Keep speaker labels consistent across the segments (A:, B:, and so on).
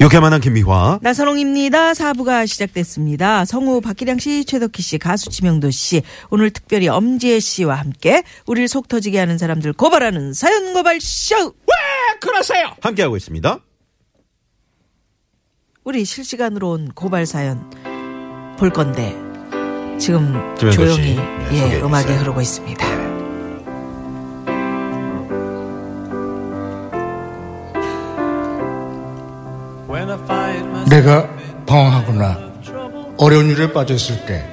A: 유쾌만한 김미화.
B: 나선홍입니다. 사부가 시작됐습니다. 성우 박기량 씨, 최덕희 씨, 가수 지명도 씨, 오늘 특별히 엄지혜 씨와 함께 우리를 속 터지게 하는 사람들 고발하는 사연 고발 쇼.
A: 함께하고 있습니다.
B: 우리 실시간으로 온 고발 사연 볼 건데 지금
A: 지명도
B: 조용히
A: 씨, 네,
B: 예,
A: 소개해
B: 음악이
A: 주세요.
B: 흐르고 있습니다.
C: 내가 방황하거나 어려운 일에 빠졌을 때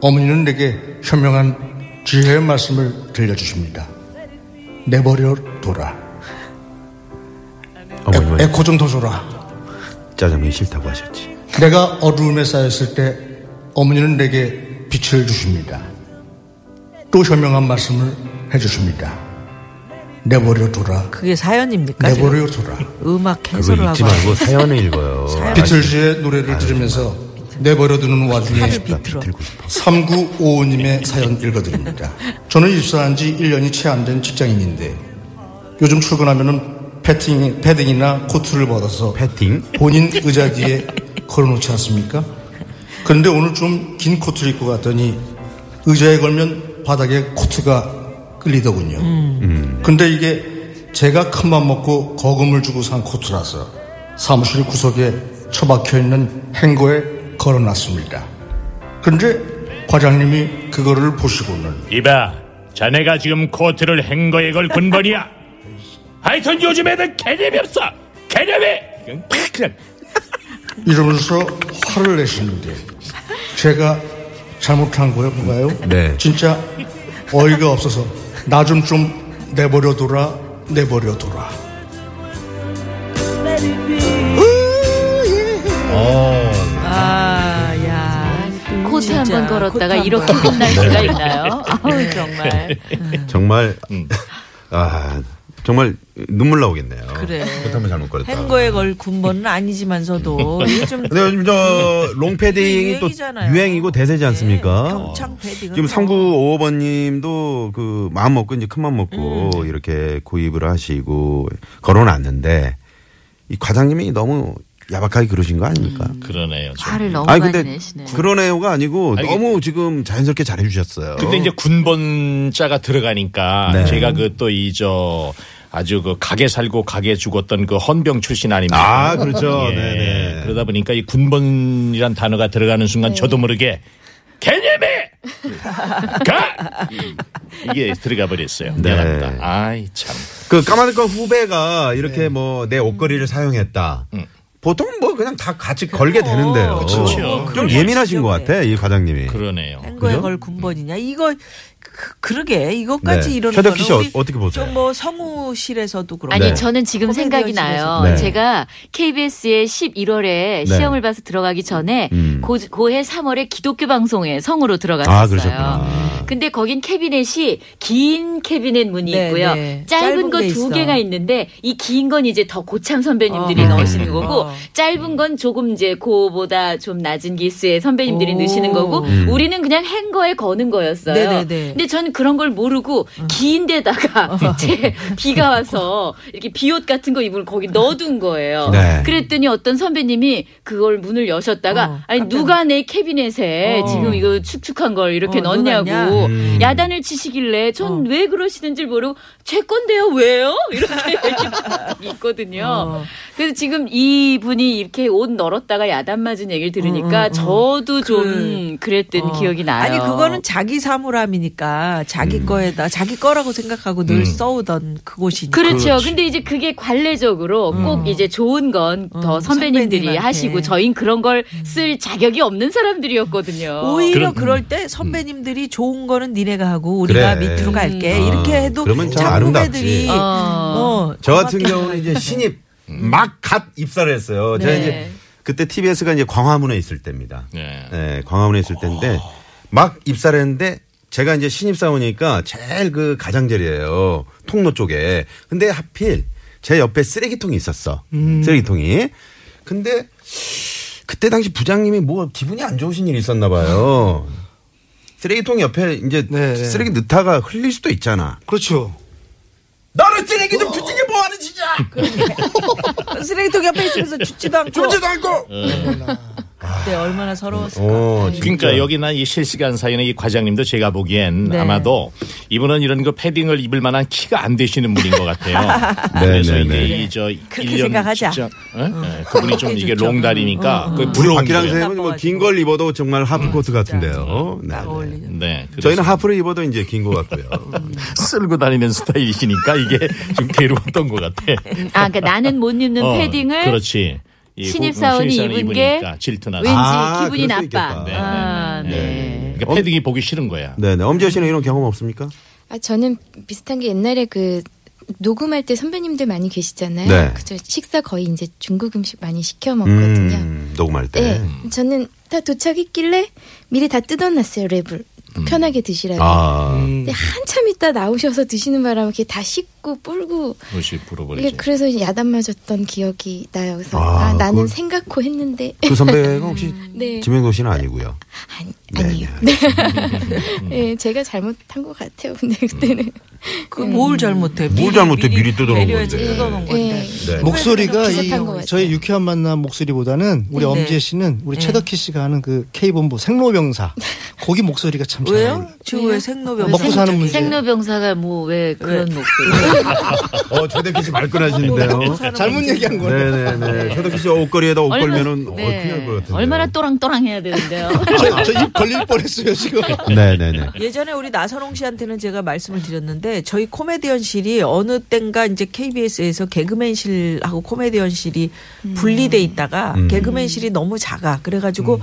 C: 어머니는 내게 현명한 지혜의 말씀을 들려주십니다. 내버려 둬라.
A: 어머님은 네,
C: 에, 에코 좀 도줘라.
A: 짜장면이 싫다고 하셨지.
C: 내가 어두움에 쌓였을 때 어머니는 내게 빛을 주십니다. 또 현명한 말씀을 해주십니다. 내버려 둬라.
B: 그게 아, 사연입니까? 지금?
C: 내버려 둬라.
B: 음악
A: 아, 그거
B: 해설을
A: 읽지
B: 하고
A: 말고 사연을 읽어요. 아,
C: 비틀즈의 노래를 들으면서 내버려 두는
A: 네,
C: 와중에
B: 하필 비틀어.
C: 3955님의 사연 읽어드립니다. 저는 입사한 지 1년이 채 안 된 직장인인데 요즘 출근하면은 패팅, 패딩이나 코트를 받아서
A: 패팅?
C: 본인 의자 뒤에 걸어놓지 않습니까? 그런데 오늘 좀 긴 코트를 입고 갔더니 의자에 걸면 바닥에 코트가 끌리더군요. 근데 이게 제가 큰맘 먹고 거금을 주고 산 코트라서 사무실 구석에 처박혀 있는 행거에 걸어놨습니다. 그런데 과장님이 그거를 보시고는
D: 이봐, 자네가 지금 코트를 행거에 걸 군번이야. 하여튼 요즘 애들 개념이 없어. 개념이. 그냥 팍 그냥.
C: 이러면서 화를 내시는데 제가 잘못한 거예요, 뭐가요?
A: 네.
C: 진짜 어이가 없어서 나 좀 좀 내버려 둬라, 내버려 둬라.
A: 어.
B: 아야
E: 코트 한 번 걸었다가 이렇게 끝날
A: 네.
E: 수가 있나요? 아우 정말
A: 정말, 아, 정말 눈물 나오겠네요.
B: 그래.
A: 그렇다면 잘못 걸었다.
B: 행거에 걸 군번은 아니지만서도 요즘
A: 근데 요즘 저 롱패딩이 또
B: 유행이잖아요. 예,
A: 유행이고 대세지 않습니까?
B: 평창 패딩은
A: 지금
B: 뭐.
A: 3955번님도 그 마음 먹고 이제 큰 맘 먹고 이렇게 구입을 하시고 걸어놨는데 이 과장님이 너무 야박하게 그러신 거 아닙니까?
D: 그러네요. 좀.
E: 화를 너무
A: 아니
E: 많이
A: 근데
E: 내시네.
A: 그러네요가 아니고
D: 아니,
A: 너무 지금 자연스럽게 잘해주셨어요.
D: 근데 이제 군번자가 들어가니까
A: 네.
D: 제가 그 또 이 저 아주 그 가게 살고 가게 죽었던 그 헌병 출신 아닙니까?
A: 아 그렇죠.
D: 예.
A: 네네.
D: 그러다 보니까 이 군번이란 단어가 들어가는 순간 저도 모르게 개념이 가 이게 들어가 버렸어요.
A: 네.
D: 미안합니다. 아이 참.
A: 그 까마득과 후배가 이렇게
D: 네.
A: 뭐 내 옷걸이를 사용했다.
D: 음.
A: 보통 뭐 그냥 다 같이
E: 어,
A: 걸게 되는데요.
D: 그렇죠.
A: 좀 예민하신 것
B: 그런
A: 같아 이 과장님이.
D: 그러네요.
B: 행거에
A: 그죠?
B: 걸 군번이냐 이거 그, 그러게 이것까지
A: 네.
B: 이러는
A: 최덕희 씨
B: 거는 우리
A: 어- 어떻게 보세요?
B: 좀뭐 성우실에서도 그렇고
E: 아니
A: 네.
E: 저는 지금
B: 코미디언
E: 생각이
B: 집에서.
E: 나요.
A: 네.
E: 제가 KBS에 11월에 시험을 봐서 들어가기 전에
A: 음.
E: 고, 고해 3월에 기독교 방송에 성으로 들어갔었어요.
A: 아, 그러셨구나.
E: 근데 거긴 캐비넷이 긴 캐비넷 문이
B: 네,
E: 있고요.
B: 네. 짧은
E: 짧은 거
B: 게
E: 두
B: 있어.
E: 개가 있는데 이 긴 건 이제 더 고참 선배님들이
B: 어.
E: 넣으시는 거고
B: 어.
E: 짧은 건 조금 이제 고보다 좀 낮은 기스의 선배님들이
B: 오.
E: 넣으시는 거고
A: 음.
E: 우리는 그냥 행거에 거는 거였어요.
B: 네, 네, 네.
E: 근데 저는 그런 걸 모르고 긴
B: 어.
E: 데다가 제 비가 와서 이렇게 비옷 같은 거 입을 거기 넣어둔 거예요.
A: 네.
E: 그랬더니 어떤 선배님이 그걸 문을 여셨다가
B: 어,
E: 아니 누가 내 캐비넷에
B: 어.
E: 지금 이거 축축한 걸 이렇게
B: 어,
E: 넣냐고
B: 넣어놨냐? 음. 어.
E: 야단을 치시길래 전 왜 그러시는지 모르고 제 건데요 왜요 이렇게 얘기하고 있거든요.
B: 어.
E: 그래서 지금 이 분이 이렇게 옷 널었다가 야단 맞은 얘기를 들으니까
B: 음, 음, 음.
E: 저도
B: 그,
E: 좀 그랬던
B: 어.
E: 기억이 나요.
B: 아니 그거는 자기 사물함이니까
A: 음.
B: 자기 거에다 자기 거라고 생각하고 늘 써오던 그곳이니까
E: 그렇죠. 근데 이제 그게 관례적으로 꼭 이제 좋은 건 더
B: 음,
E: 선배님들이
B: 선배님한테.
E: 하시고 저희는 그런 걸 쓸 자격이 없는 사람들이었거든요.
B: 오히려
A: 음.
D: 그런-
B: 그럴때 선배님들이 좋은 거는 니네가 하고 우리가
A: 그래.
B: 밑으로 갈게
A: 음.
B: 이렇게
A: 아,
B: 해도
A: 그러면 참
B: 장
A: 아름답지.
B: 후배들이
E: 어.
B: 어,
A: 저 같은
B: 정확히
A: 경우는 이제 신입 막 갓 입사를 했어요. 제가
E: 네.
A: 이제 그때 TBS가 이제 광화문에 있을 때입니다.
D: 네.
A: 네, 광화문에 있을 때인데 막 입사를 했는데 제가 이제 신입사원이니까 제일 그 가장자리예요. 통로 쪽에. 근데 하필 제 옆에 쓰레기통이 있었어. 쓰레기통이. 근데 그때 당시 부장님이 뭐 기분이 안 좋으신 일이 있었나 봐요. 쓰레기통 옆에 이제
C: 네, 네.
A: 쓰레기 넣다가 흘릴 수도 있잖아.
C: 그렇죠.
A: 너는 쓰레기 좀 부지게 뭐하는 짓이야.
B: 쓰레기통 옆에 있으면서 죽지도 않고.
A: 줍지도 않고.
B: 그때 얼마나 서러웠을까.
A: 어,
D: 그러니까 여기 난 이 실시간 사연의 이 과장님도 제가 보기엔
B: 네.
D: 아마도 이분은 이런 그 패딩을 입을 만한 키가 안 되시는 분인 것 같아요.
A: 네,
D: 그래서
A: 네, 네.
D: 이제 이저
B: 그렇게 생각하자.
D: 어? 네, 그분이 좀 이게
B: 좋죠.
D: 롱다리니까 그
A: 우리
D: 부러운
A: 박기랑
D: 거예요.
A: 선생님은 뭐긴 걸 입어도 정말 하프코트 같은데요. 네, 네.
B: 어울리죠.
D: 네, 그래서
A: 저희는 하프를 입어도 이제 긴 것 같고요.
D: 쓸고 다니는 스타일이시니까 이게 좀 괴로웠던 것 같아.
E: 아, 그러니까 나는 못 입는
D: 어,
E: 패딩을
D: 그렇지. 이
E: 신입사원이
D: 신입사원이
E: 입은 게
D: 입으니까 질투나.
E: 왠지
A: 아,
E: 기분이
A: 그럴
E: 나빠.
A: 수 있겠다. 네,
E: 아, 네.
A: 어?
D: 그러니까 패딩이 보기 싫은 거야.
A: 네네. 엄지호 씨는 이런 경험 없습니까?
F: 아, 저는 비슷한 게 옛날에 그 녹음할 때 선배님들 많이 계시잖아요.
A: 네.
F: 그죠. 식사 거의 이제 중국 음식 많이 시켜 먹거든요.
A: 녹음할 때.
F: 네. 저는 다 도착했길래 미리 다 뜯어놨어요, 랩을. 편하게 드시라고.
A: 음. 아,
F: 근데 한참 있다 나오셔서 드시는 바람에 이렇게 다 씻고 뿔고
D: 그것이
F: 이게
D: 불어버리지.
F: 그래서 야단 맞았던 기억이 나요. 그래서
A: 그렇죠. 아,
F: 아, 나는
A: 그걸-
F: 생각코 했는데
A: 그 선배가 혹시
F: 네.
A: 지명도 씨는 아니고요.
F: 아니,
A: 네, 음.
F: 아니요.
A: 네.
F: 네, 제가 잘못한 것 같아요. 근데 그때는
B: 그 뭘 잘못해?
A: 음. 뭘 잘못해? 미리 뜯어놓은
B: 배려해서
A: 건데.
B: 뜯어놓은
F: 네.
B: 건데.
A: 네.
C: 목소리가 이
F: 비슷한 것 같아요.
C: 저희 유쾌한 만남 목소리보다는 우리
B: 네.
C: 엄지혜 씨는 우리 최덕희 씨가 하는 그 K본부 생로병사 거기 목소리가 참 잘
B: 왜요?
C: 어울려요.
B: 주호의 생로병.
C: 네. 먹고 사는 문제.
E: 생로병사가 뭐 왜 그런 목소리?
A: 어, 최덕기 씨 말끈하시는데요.
C: 잘못 얘기한 거네.
A: 네네네. 최덕기 씨 옷걸이에다 옷 걸면은 어,
E: 네.
A: 큰일 날것 같은데.
E: 얼마나 또랑또랑해야 되는데요.
C: 저입 걸릴 뻔했어요 지금.
A: 네네네.
B: 예전에 우리 나선홍 씨한테는 제가 말씀을 드렸는데 저희 코미디언실이 어느 땐가 이제 KBS에서 개그맨실하고 코미디언실이
C: 음.
B: 분리돼 있다가
A: 음.
B: 개그맨실이 너무 작아 그래가지고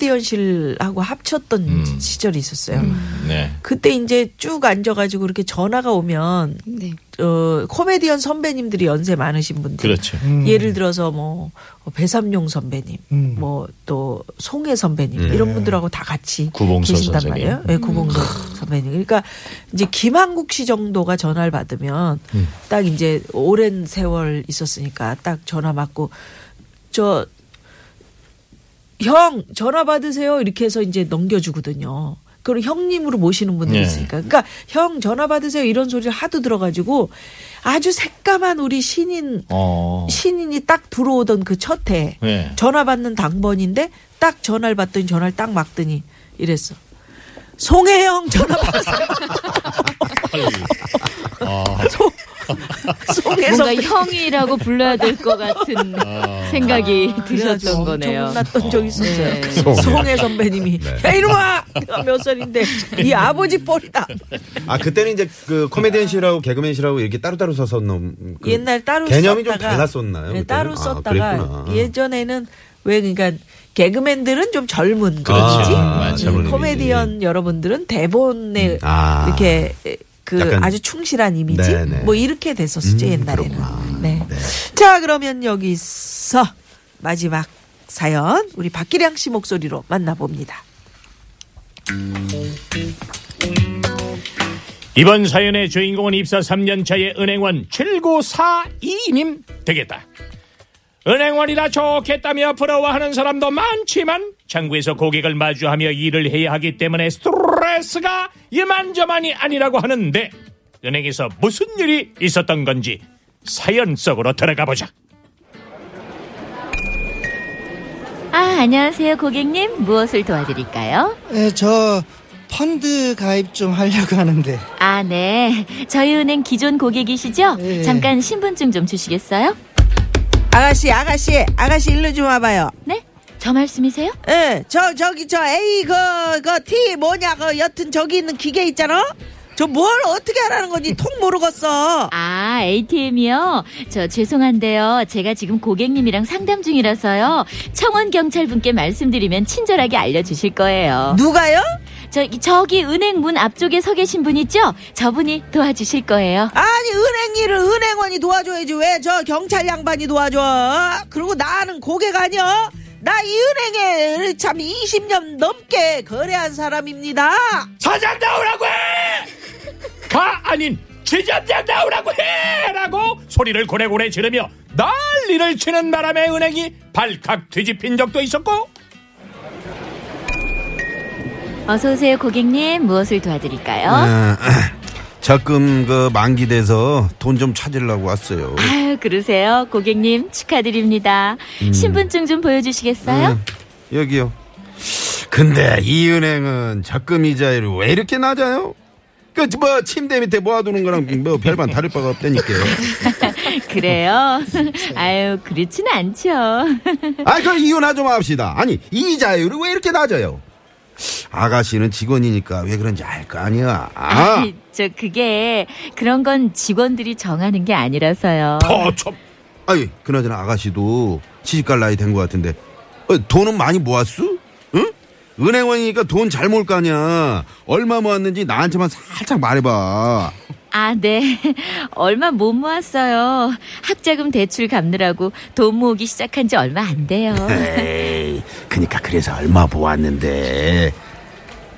B: 코미디언실하고 합쳤던
A: 음.
B: 시절이 있었어요.
D: 네.
B: 그때 이제 쭉 앉아가지고 이렇게 전화가 오면
A: 음.
F: 네.
B: 어 코미디언 선배님들이 연세 많으신 분들
D: 그렇죠.
B: 예를 들어서 뭐 배삼룡 선배님,
C: 음.
B: 뭐 또 송혜 선배님 이런 분들하고 다 같이
D: 네. 구봉서
B: 계신단
D: 선생님. 음.
B: 말이에요. 예, 구봉서 선배님. 그러니까 이제 김한국 씨 정도가 전화를 받으면
D: 음.
B: 딱 이제 오랜 세월 있었으니까 딱 전화 받고 저 형 전화 받으세요 이렇게 해서 이제 넘겨주거든요. 그리고 형님으로 모시는 분들이
D: 네.
B: 있으니까 그러니까 형 전화 받으세요 이런 소리를 하도 들어가지고 아주 새까만 우리 신인
D: 어.
B: 신인이 딱 들어오던 그 첫 해
D: 네.
B: 전화 받는 당번인데 딱 전화를 받더니 전화를 딱 막더니 이랬어. 송혜영 전화 받았어요. 송,
E: 뭔가
B: 송혜성
E: 형이라고 불러야 될 것 같은 생각이 드셨던 거네요.
B: 났던 적이 있었어요. 네.
E: 네.
B: 송혜 선배님이 야 이놈아 내가 몇 살인데 이 아버지 뻘이다.
A: 아, 그때는 이제 그 코미디언실하고 개그맨실하고 이렇게 따로따로 서서 넘. 그
B: 옛날 따로
A: 개념이
B: 썼다가,
A: 좀 달랐었나요?
B: 네,
A: 그때는?
B: 따로
A: 아,
B: 썼다가
A: 그랬구나.
B: 예전에는 왜 그러니까 개그맨들은 좀 젊은
D: 그렇지.
B: 거지
D: 맞아요.
B: 음,
A: 젊은
B: 코미디언 여러분들은 대본에
A: 아.
B: 이렇게 그
A: 약간-
B: 아주 충실한 이미지
A: 네네.
B: 뭐 이렇게 됐었죠
A: 음,
B: 옛날에는.
A: 그렇구나.
B: 네.
A: 네.
B: 자 그러면 여기서 마지막 사연 우리 박기량 씨 목소리로 만나봅니다.
D: 이번 사연의 주인공은 입사 3년차의 은행원 7942님 되겠다. 은행원이라 좋겠다며 부러워하는 사람도 많지만 창구에서 고객을 마주하며 일을 해야 하기 때문에 스트레스가 이만저만이 아니라고 하는데 은행에서 무슨 일이 있었던 건지 사연 속으로 들어가 보자.
E: 아, 안녕하세요, 고객님. 무엇을 도와드릴까요?
C: 예, 저 펀드 가입 좀 하려고 하는데.
E: 아, 네. 저희 은행 기존 고객이시죠?
C: 예.
E: 잠깐 신분증 좀 주시겠어요?
B: 아가씨 아가씨 아가씨 일로 좀 와봐요.
E: 네? 저 말씀이세요?
B: 예, 저 저기 저 A 그그T 뭐냐 그 여튼 저기 있는 기계 있잖아. 저 뭘 어떻게 하라는 건지 통 모르겠어.
E: 아, ATM이요? 저 죄송한데요. 제가 지금 고객님이랑 상담 중이라서요. 청원 경찰분께 말씀드리면 친절하게 알려주실 거예요.
B: 누가요?
E: 저, 저기 은행 문 앞쪽에 서 계신 분 있죠? 저분이 도와주실 거예요.
B: 아니 은행 일을 은행원이 도와줘야지 왜 저 경찰 양반이 도와줘? 그리고 나는 고객 아니여. 나 이 은행에 참 20년 넘게 거래한 사람입니다.
D: 사장 나오라고 해! 가 아닌 지점장 나오라고 해! 라고 소리를 고래고래 지르며 난리를 치는 바람에 은행이 발칵 뒤집힌 적도 있었고
E: 어서오세요, 고객님. 무엇을 도와드릴까요?
A: 아, 적금 그 만기돼서 돈 좀 찾으려고 왔어요.
E: 아유, 그러세요. 고객님, 축하드립니다. 신분증 좀 보여주시겠어요?
A: 음, 여기요. 근데 이 은행은 적금 이자율이 왜 이렇게 낮아요? 그 뭐 침대 밑에 모아두는 거랑 뭐 별반 다를 바가 없다니까요.
E: 그래요? 아유, 그렇진 않죠.
A: 아, 그럼 이혼하 좀 합시다. 아니 이자율이 왜 이렇게 낮아요? 아가씨는 직원이니까 왜 그런지 알 거 아니야. 아,
E: 아니, 저, 그게, 그런 건 직원들이 정하는 게 아니라서요.
D: 어참
A: 아니 그나저나 아가씨도 시집갈 나이 된 것 같은데 어, 돈은 많이 모았어? 응? 은행원이니까 돈 잘 모을 거 아니야. 얼마 모았는지 나한테만 살짝 말해봐.
E: 아, 네. 얼마 못 모았어요. 학자금 대출 갚느라고 돈 모으기 시작한 지 얼마 안 돼요.
A: 에이, 그니까 그래서 얼마 보았는데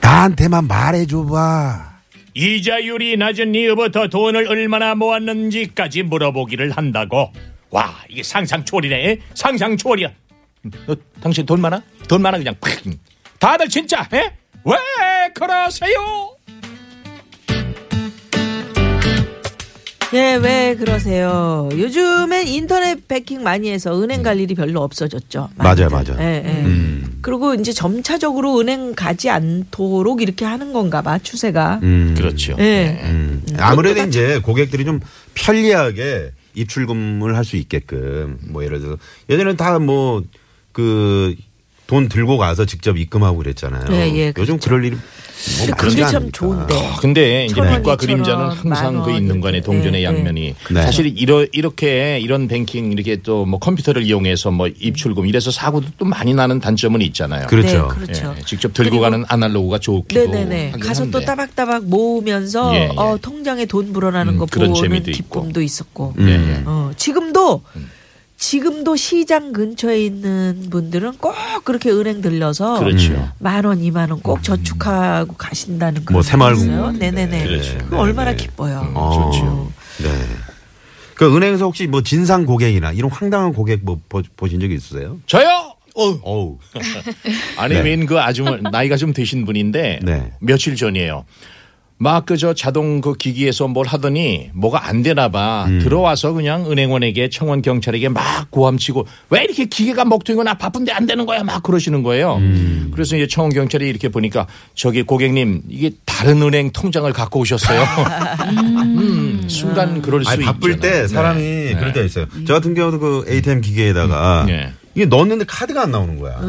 A: 나한테만 말해줘봐.
D: 이자율이 낮은 이후부터 돈을 얼마나 모았는지까지 물어보기를 한다고 와 이게 상상 초월이네 상상 초월이야 너 당신 돈 많아? 돈 많아 그냥 팍 다들 진짜 에? 왜 그러세요?
B: 예, 왜 그러세요? 요즘엔 인터넷 백킹 많이 해서 은행 갈 일이 별로 없어졌죠.
A: 맞아요, 맞아요. 음.
B: 예, 예. 그리고 이제 점차적으로 은행 가지 않도록 이렇게 하는 건가 봐, 추세가.
A: 음.
D: 그렇죠
B: 예.
A: 아무래도 이제 고객들이 좀 편리하게 입출금을 할 수 있게끔 뭐 예를 들어 예전에는 다 뭐 그 돈 들고 가서 직접 입금하고 그랬잖아요.
B: 예, 예,
A: 요즘 그럴 일이 뭐 많지
B: 그게 참
A: 않으니까.
B: 좋은데.
D: 아, 근데 이제
B: 천 원,
D: 빛과
B: 이천 원,
D: 그림자는 항상
B: 만
D: 그
B: 원
D: 있는 거에
B: 이렇게.
D: 동전의
B: 네,
D: 양면이
A: 네.
D: 사실 이러, 이렇게 이런 뱅킹 이렇게 또 뭐 컴퓨터를 이용해서 뭐 입출금 이래서 사고도 또 많이 나는 단점은 있잖아요.
A: 그렇죠.
B: 네, 그렇죠.
D: 예, 직접 들고
B: 그리고-
D: 가는 아날로그가 좋기도
B: 네네네.
D: 하긴
B: 가서 또
D: 한데.
B: 따박따박 모으면서
D: 예, 예.
B: 어, 통장에 돈 불어나는
D: 음,
B: 거
D: 그런
B: 보는
D: 재미도 있고.
B: 기쁨도 있었고
D: 예, 음. 예.
B: 어, 지금도 지금도 시장 근처에 있는 분들은 꼭 그렇게 은행 들러서 음,
D: 그렇죠. 음.
B: 만 원, 이만 원 꼭 저축하고 가신다는 그런
A: 뭐 새마을
B: 분이 있어요.
A: 공무원.
B: 네네네.
D: 그렇죠. 아,
B: 그거 얼마나 기뻐요.
A: 어,
D: 좋죠.
A: 네. 그 은행에서 혹시 뭐 진상 고객이나 이런 황당한 고객 뭐 보- 보신 적이 있으세요?
D: 저요.
A: 어우.
D: 아니
A: 네.
D: 웬 그 아주머 나이가 좀 드신 분인데
A: 네.
D: 며칠 전이에요. 막 그 저 자동 그 기기에서 뭘 하더니 뭐가 안 되나 봐.
A: 음.
D: 들어와서 그냥 은행원에게 청원 경찰에게 막 고함치고 왜 이렇게 기계가 먹통이고 나 바쁜데 안 되는 거야 막 그러시는 거예요.
A: 음.
D: 그래서 이제 청원 경찰이 이렇게 보니까 저기 고객님 이게 다른 은행 통장을 갖고 오셨어요. 음, 순간 그럴 수
A: 아니, 바쁠
D: 있잖아요. 네.
A: 때 사람이 그럴 때가 있어요. 저 같은 경우도 그 ATM 기계에다가
D: 네.
A: 이게 넣었는데 카드가 안 나오는 거야.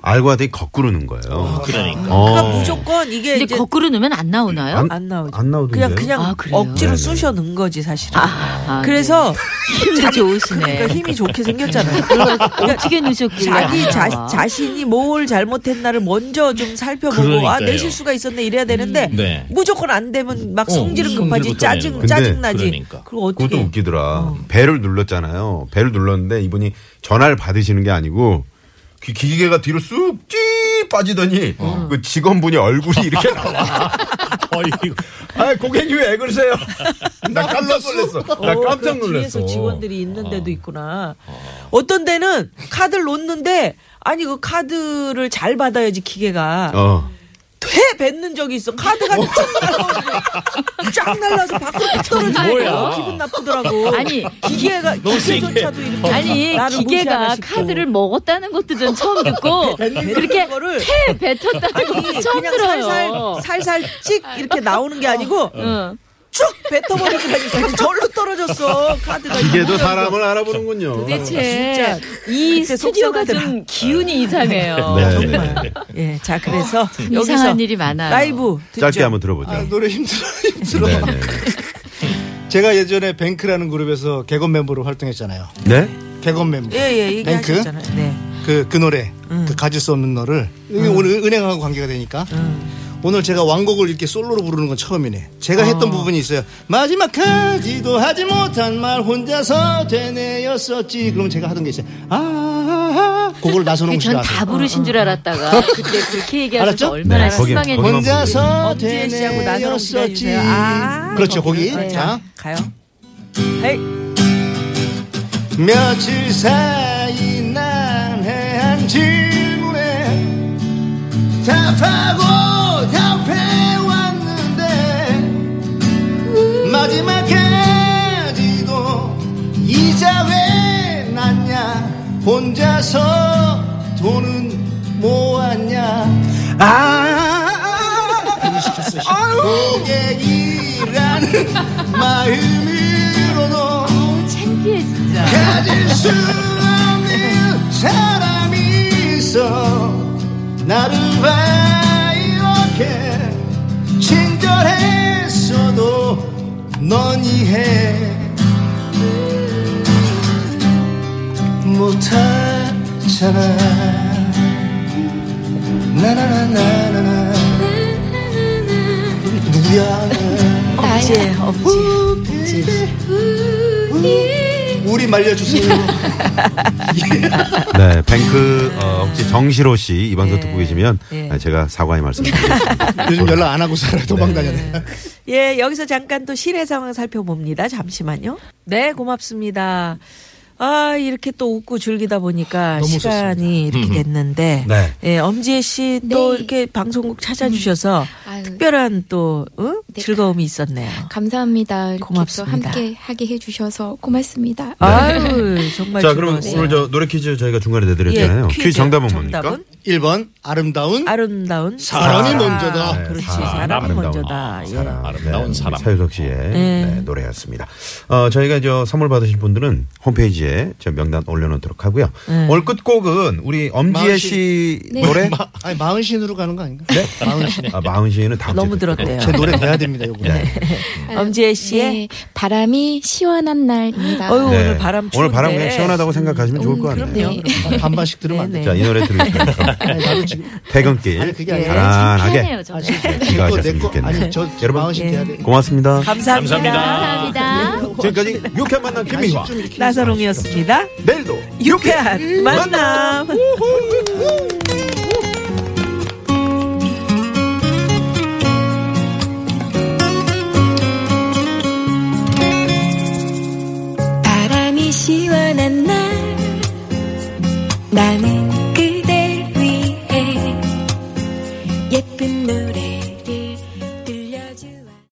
A: 알고 하더니 거꾸로 넣은 거예요.
D: 그러니까.
A: 어.
B: 음. 그러니까 무조건 이게
E: 근데
B: 이제
E: 거꾸로 넣으면 안 나오나요?
A: 안-
B: 안 나오죠.
A: 안 나오던데요?
B: 그냥 그냥
E: 아, 그래요?
D: 네,
B: 억지로 쑤셔 넣은 거지 사실은.
E: 아,
B: 그래서
E: 네. 힘도
B: 그러니까
E: 좋으시네.
B: 힘이 좋게 생겼잖아요. 그러니까
E: 어떻게 넣으셨길래
B: 자기
E: 안
B: 자,
E: 나와?
B: 자신이 뭘 잘못했나를 먼저 좀 살펴보고 아 내
D: 그러니까요.
B: 실수가 있었네 이래야 되는데
D: 음. 네.
B: 무조건 안 되면 막
D: 어,
B: 성질은 급하지
D: 성질부터 내는
B: 짜증
D: 거야.
B: 짜증
A: 근데
B: 나지.
D: 그러니까.
B: 그리고
A: 그것도
B: 어떻게
A: 웃기더라. 배를 눌렀잖아요. 배를 눌렀는데 이분이 전화를 받으시는 게 아니고 기, 기계가 뒤로 쑥 찌 빠지더니
B: 어.
A: 그 직원분이 얼굴이 이렇게 나와.
D: 어이구.
A: 아 고객님 왜 그러세요? 나 깜짝 놀랐어. 나
B: 어,
A: 깜짝
B: 그
A: 놀랐어.
B: 뒤에서 직원들이 있는 데도 있구나. 어. 떤 데는 카드를 놓는데 아니 그 카드를 잘 받아야지 기계가
A: 어.
B: 돼 뱉는 적이 있어. 카드가 쫙 날라서 밖으로 팍 떨어지고
D: 뭐야.
B: 기분 나쁘더라고.
E: 아니,
B: 기계가 기계조차도 이렇게
E: 아니
B: 나를
E: 기계가
B: 무시하나 싶고.
E: 카드를 먹었다는 것도 전 처음 듣고 그렇게
B: 거를
E: 폐 뱉었다는 것도
B: 아니,
E: 처음
B: 그냥
E: 들어요.
B: 살살 살살 찍 이렇게 나오는 게 아니고
E: 응.
B: 쭉 뱉어버리니까 절로 떨어졌어 카드가
A: 기계도 사람을 알아보는군요.
E: 대체 네, 이
B: 그때
E: 스튜디오가 좀
B: 속상하더라.
E: 기운이 이상해요.
B: 아,
A: 네, 네, 네.
B: 예, 자 그래서 여기서
E: 이상한 일이 많아요.
B: 라이브
A: 짧게
B: 듣죠.
A: 한번 들어보죠.
C: 아, 노래 힘들어 힘들어.
A: 네, 네.
C: 제가 예전에 뱅크라는 그룹에서 객원 멤버로 활동했잖아요.
A: 네?
C: 객원 멤버.
B: 예예
C: 뱅크
B: 얘기하셨잖아요. 네. 음.
C: 그 그 노래 그 가질 수 없는 너를 이게 오늘 은행하고 관계가 되니까 오늘 제가 왕곡을 이렇게 솔로로 부르는 건 처음이네.
B: 아.
C: 제가 했던 부분이 있어요. 마지막까지도 하지 못한 말 혼자서 되뇌였었지. 그럼 제가 하던 게 있어요. 아, 아, 아. 그걸 나서는 씨가
E: 전다 부르신 줄 알았다가 그때 그렇게 얘기하면서
C: 알았죠?
E: 얼마나
A: 네, 거기-
E: 실망했는지.
A: 거기만
C: 혼자서
B: 어, 엄지혜 씨하고 음. 나선홍 씨가
C: 어, 되뇌였었지.
B: 해주세요. 아,
C: 그렇죠, 거기.
B: 네.
C: 자.
B: 가요. 헤이.
C: 며칠 사이 난 해한 질문에 답하고 답해왔는데 마지막까지도 이자 왜 났냐 혼자서 돈은 모았냐 아, 아, 아, 아 고객이라는 마음으로도
E: 창피해 진짜.
C: 가질 수 없는 사람이 있어 나를 봐 이렇게 친절했어도 넌 이해 못하잖아 나나나나나 누구야
A: 어,
F: 아,
B: 엄지에 엄지.
C: 우리 말려주세요
A: 네, 뱅크 어, 혹시 정시로 씨 이 방송
B: 예.
A: 듣고 계시면
B: 예.
A: 아, 제가 사과의 말씀드리겠습니다.
C: 요즘 연락 안 하고 살아요
A: 네.
C: 도망 다녀요
B: 예, 여기서 잠깐 또 실외 상황 살펴봅니다. 잠시만요. 네, 고맙습니다. 아, 이렇게 또 웃고 즐기다 보니까
C: 너무
B: 시간이 이렇게 됐는데.
A: 네.
B: 예, 엄지혜 씨 또
F: 네. 음.
B: 이렇게 방송국 찾아주셔서
F: 아유.
B: 특별한 또, 응? 즐거움이 있었네요.
F: 감사합니다. 이렇게
B: 고맙습니다.
F: 또 함께 하게 해주셔서 고맙습니다.
B: 아유, 정말.
A: 자, 그럼
B: 즐거웠어요.
A: 오늘 저 노래 퀴즈 저희가 중간에 내드렸잖아요.
B: 예,
A: 퀴즈, 정답은 뭡니까?
C: 1번 아름다운
B: 아름다운
C: 사랑이
B: 사랑.
C: 먼저다.
B: 그렇지,
A: 네, 사랑,
B: 사랑이
A: 아름다운
B: 먼저다. 예.
A: 사랑.
D: 아름다운 사람.
A: 사유석 씨의 네, 노래였습니다. 어, 저희가 저 선물 받으실 분들은 홈페이지에 저 명단 올려놓도록 하고요.
B: 예.
A: 오늘 끝곡은 우리 엄지혜
C: 마흔
A: 씨
F: 네.
A: 노래
C: 마, 아니 마흔신으로 가는 거 아닌가? 네? 마흔신.
A: 아, 마흔 씨는 다음 주에
B: 너무
A: 듣도록.
B: 들었대요.
C: 제 노래 돼야 됩니다, 요거.
A: 네.
B: 엄지혜 씨의
F: 네, 바람이 시원한 날입니다.
B: 예. 어휴,
A: 네.
B: 오늘 바람 추운데. 음,
A: 오늘 바람 그냥 시원하다고 생각하시면 좋을 것 같네요.
B: 그럼요.
C: 반반씩 들으면 안
B: 네,
C: 돼.
B: 네.
A: 자, 이 노래 들으시면서 퇴근길
C: 아니,
A: 예.
C: 그게 아니라
A: 가란하게
E: 창피하네요 저는.
A: 이거
C: 내 거, 내
A: 하셨으면
C: 거. 아니,
A: 좋겠네요.
C: 저, 저
A: 여러분,
C: 마흔신 돼야 돼.
A: 고맙습니다.
B: 감사합니다.
E: 감사합니다.
A: 지금까지 유쾌한 만남 김민화.
B: 나선홍이었습니다.
A: 내일도
B: 유쾌한 만남.
A: 만남.